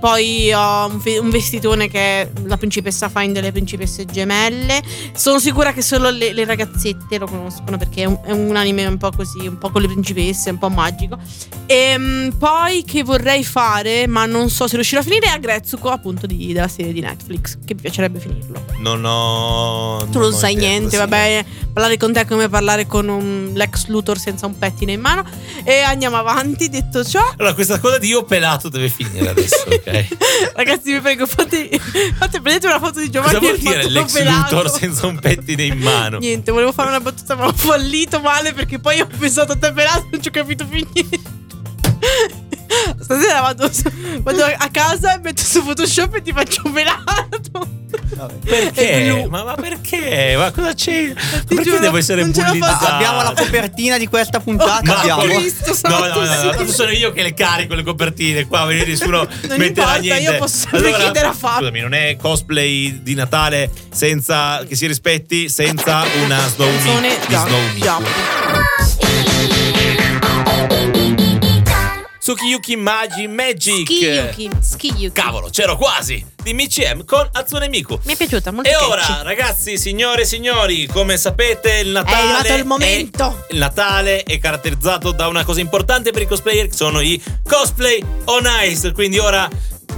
Poi ho un, fe- un vestitone che la principessa fa in delle principesse gemelle. Sono sicura che solo le, le ragazzette lo conoscono perché è un, è un anime un po' così, un po' con le principesse, un po' magico. E poi che vorrei fare, ma non so se riuscirò a finire, è a Grezuko, appunto, di- della serie di Netflix, che mi piacerebbe finirlo. non ho. Tu ho non sai idea niente, cosa sia. vabbè, parlare con te è come parlare con un- l'ex Luthor senza un pettine in mano. E andiamo avanti, detto ciò. Allora, questa cosa di io pelato deve finire *laughs* adesso, ok? Ragazzi, vi prego, fate, fate- prendete una foto di Cosa Giovanni. vuol e dire fatelo l'ex pelato. Luthor senza un pettine in mano? Niente, volevo fare una battuta, ma ho fallito male perché poi ho pensato a te pelato e non ci ho capito più niente. Stasera vado, su- vado a casa e metto su Photoshop e ti faccio un pelato. Perché? Ma, ma perché? Ma cosa c'è? Perché giuro, devo essere non ce la bullizzato? faccio. Abbiamo la copertina di questa puntata. Ma *laughs* abbiamo. Cristo santo, no, no, no, no, sì. tanto sono io che le carico le copertine qua, vedi, nessuno Non metterà importa, niente. io posso sempre chiedere a Fabio. Scusami, non è cosplay di Natale senza che si rispetti senza una Snow Canzone Miku, di Jump, Snow Miku. Jump. Tsukiyuki Magi Magic. Skiyuki. Skiyuki. Cavolo, c'ero quasi. Di MCM con Azzone Miku. Mi è piaciuta molto. E catchy. ora, ragazzi, signore e signori, come sapete, il Natale. arrivato il momento. è- il Natale è caratterizzato da una cosa importante per i cosplayer, che sono i cosplay on ice. Quindi ora.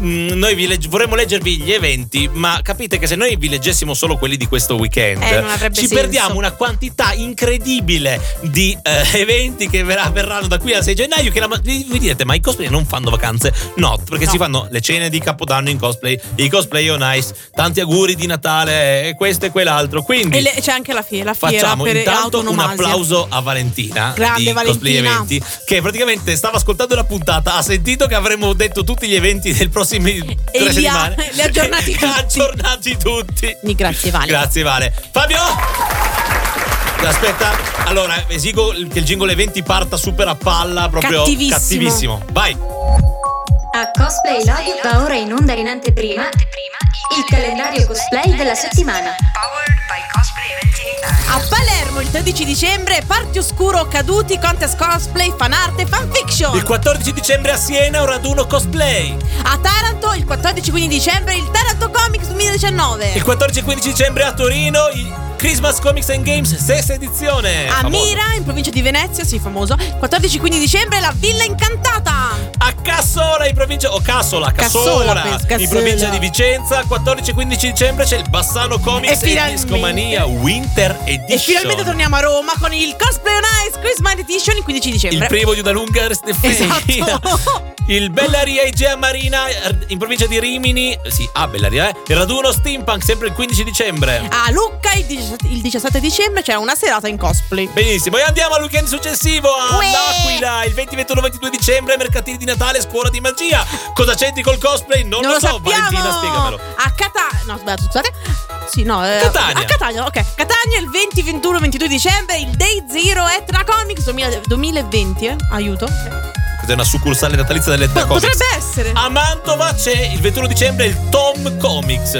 mm, Noi vi legge- vorremmo leggervi gli eventi, ma capite che se noi vi leggessimo solo quelli di questo weekend, Eh, non avrebbe ci senso. perdiamo una quantità incredibile di eh, eventi che verrà- verranno da qui al 6 gennaio. Che la ma- vi, vi direte, ma i cosplay non fanno vacanze? No, perché No. si fanno le cene di Capodanno in cosplay, i cosplay on ice, tanti auguri di Natale e questo e quell'altro. Quindi. E le- c'è anche la fiera, la fiera Facciamo per intanto un autonomasia. applauso a Valentina Grande di Cosplay Valentina. Eventi che praticamente stava ascoltando la puntata, ha sentito che avremmo detto tutti gli eventi del prossimo li ha- tre settimane *laughs* *laughs* li ha aggiornati E tutti. ha aggiornati tutti. Quindi Grazie, Vale. Grazie Vale. Fabio! Aspetta, allora esigo che il jingle eventi parta super a palla, proprio Cattivissimo. cattivissimo. Vai! A Cosplay Love va ora in onda in anteprima il calendario cosplay della settimana. A Palermo il 13 dicembre, Parti Oscuro, Caduti, Contest Cosplay, Fanarte, Il Fanfiction. 14 dicembre a Siena un raduno cosplay. A Taranto il 14-15 dicembre, il Taranto Comics 2019. Il 14 e 15 dicembre a Torino il Christmas Comics and Games, sesta edizione. a eh, Famoso. Mira, in provincia di Venezia, sì, famoso. 14-15 dicembre, la Villa Incantata. A Cassola in provincia o Cassola, Cassola, Cassola, penso, Cassola. in provincia di Vicenza, 14 e 15 dicembre c'è il Bassano Comics E e, finalmente- Discomania Winter Edition. E finalmente torniamo a Roma con il Cosplay on Ice Christmas Edition il 15 il dicembre. primo di una lunga Stefania. Esatto. *laughs* Il Bellaria Igea Marina eh, in provincia di Rimini. Sì, a Bellaria, eh. Il raduno steampunk sempre il 15 dicembre. A Lucca il 17 il 17 dicembre c'è una serata in cosplay. Benissimo, e andiamo al weekend successivo Uè! all'Aquila il 20, 21, 22 dicembre, mercatini di Natale, scuola di magia. Cosa c'entri col cosplay? Non, Non lo, so, sappiamo! Valentina, spiegamelo. A Catania. No, sbagliato, scusate. Sì, no. eh, Catania. A Catania, ok. Catania il 20, 21, 22 dicembre, il Day Zero Etna Comics 2000 2020. Eh? Aiuto. Cos'è una succursale natalizia delle Po- Comics? Ah. potrebbe essere. A, A Mantova c'è il 21 dicembre il Tom Comics.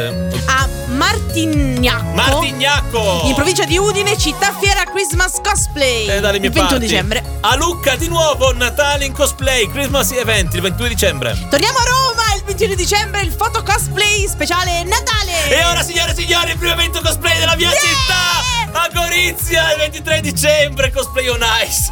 Martignacco. Martignacco! In provincia di Udine, città fiera Christmas Cosplay. Eh, dalle mie il 21 parti. dicembre. A Lucca di nuovo Natale in cosplay, Christmas event il 22 dicembre. Torniamo a Roma il 21 dicembre, il foto cosplay speciale Natale. E ora signore e signori il primo evento cosplay della mia città! A Gorizia il 23 dicembre cosplay on ice.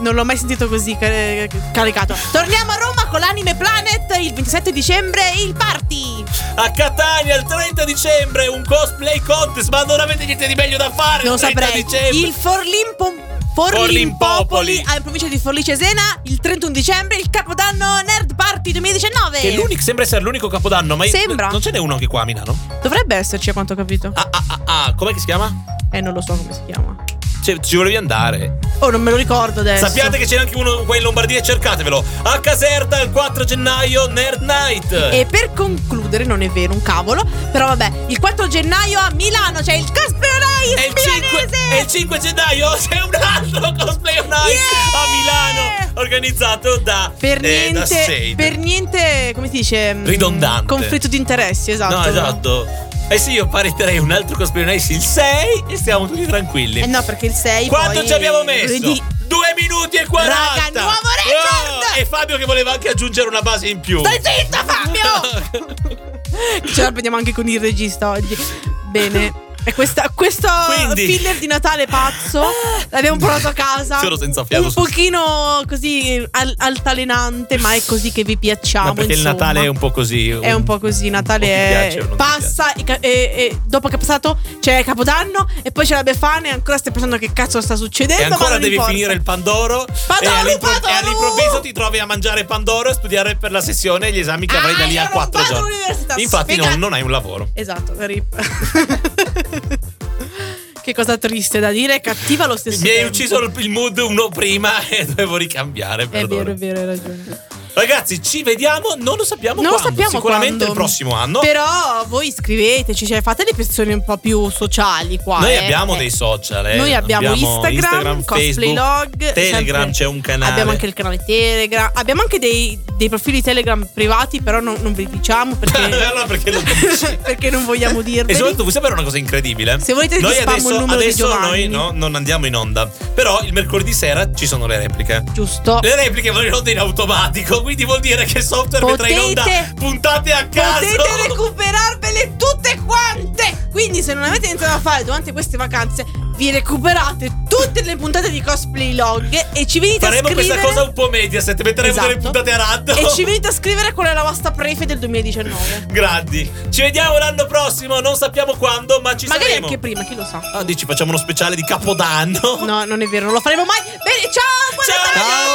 *laughs* Non l'ho mai sentito così car- caricato. Torniamo a Roma con l'Anime Planet il 27 dicembre il party. A Catania il 30 dicembre un cosplay contest, ma non avete niente di meglio da fare Non il 30 saprei. dicembre. Il Forlin Pom- Forlimpopoli Forlimpopoli. alla provincia di Forlì Cesena il 31 dicembre il Capodanno Nerd Party 2019. Che l'unico sembra essere l'unico capodanno, ma Sembra. non ce n'è uno anche qua a Milano? Dovrebbe esserci a quanto ho capito. Ah ah ah, ah com'è che si chiama? Eh non lo so come si chiama. Cioè, ci volevi andare. Oh non me lo ricordo adesso. Sappiate che c'è anche uno qua in Lombardia, cercatevelo. A Caserta il 4 gennaio Nerd Night. E per concludere, non è vero un cavolo, però vabbè, il 4 gennaio a Milano c'è il Cosplay E Race il, 5, milanese! e il 5 gennaio *laughs* c'è un altro cosplay on ice Yeah! a Milano organizzato da, Per eh, da niente, Shade. per niente, come si dice? mm, Ridondante. Conflitto di interessi, esatto. No, esatto. Eh sì, io pareterei un altro cosplay on Ice il 6 e stiamo tutti tranquilli. Eh no, perché il 6 Quanto poi- ci abbiamo messo? lunedì. Due minuti e 40! Raga, nuovo record! Oh, e Fabio che voleva anche aggiungere una base in più. Stai zitto, Fabio! *laughs* *laughs* Ce la prendiamo anche con il regista oggi. Bene. E questa- questo Quindi- filler di Natale pazzo l'abbiamo provato a casa. Sono senza fiato. Un pochino così al- altalenante, ma è così che vi piacciamo. Ma perché il insomma. Natale è un po' così. È un po' così, Natale ti è- piace o non ti passa e, ca- e- e dopo che è passato c'è Capodanno e poi c'è la Befana e ancora stai pensando che cazzo sta succedendo. E ma ancora non devi importa. finire il Pandoro. Pandoro, e, all'impro- Pandoro! e all'improvviso ti trovi a mangiare Pandoro e studiare per la sessione e gli esami che avrai Ah, da lì io a non 4 vado giorni. all'università, Infatti, sfegata. non, non hai un lavoro. Esatto, rip. *laughs* che cosa triste da dire, cattiva lo stesso. Mi hai tempo. ucciso il il mood uno prima *laughs* e dovevo ricambiare. È vero, Perdono. è vero, hai ragione. Ragazzi, ci vediamo. Non lo sappiamo Non lo quando, sappiamo Sicuramente quando. il prossimo anno. Però voi scriveteci, cioè fate le persone un po' più sociali qua. Noi eh. abbiamo Eh. dei social. eh. Noi abbiamo, Instagram, Facebook, Cosplaylog, Telegram, sempre- c'è un canale. Abbiamo anche il canale Telegram. Abbiamo anche dei, dei profili Telegram privati, però non, non ve li diciamo *laughs* *laughs* perché, allora perché lo dici? *laughs* perché non vogliamo dirveli. E soprattutto vuoi sapere una cosa incredibile? Se volete che noi vi spammo adesso, il numero di adesso noi Giovanni. no, non andiamo in onda. Però il mercoledì sera ci sono le repliche. Giusto. Le repliche vanno in onda in automatico, quindi vuol dire che il software vedrà in onda Potete- puntate a caso. Potete recuperarvele tutte quante! Quindi, se non avete niente da fare durante queste vacanze, vi recuperate tutte le puntate di cosplay log e ci venite Faremo a scrivere. questa cosa un po' media, se metteremo delle Esatto. puntate a rad. E ci venite a scrivere qual è la vostra prefe del 2019. *laughs* Grandi. Ci vediamo l'anno prossimo, non sappiamo quando, ma ci Magari saremo. anche prima, chi lo sa. Ah, dici, facciamo uno speciale di Capodanno. No, non è vero, non lo faremo mai. Bene, ciao! Buon Ciao! Natale!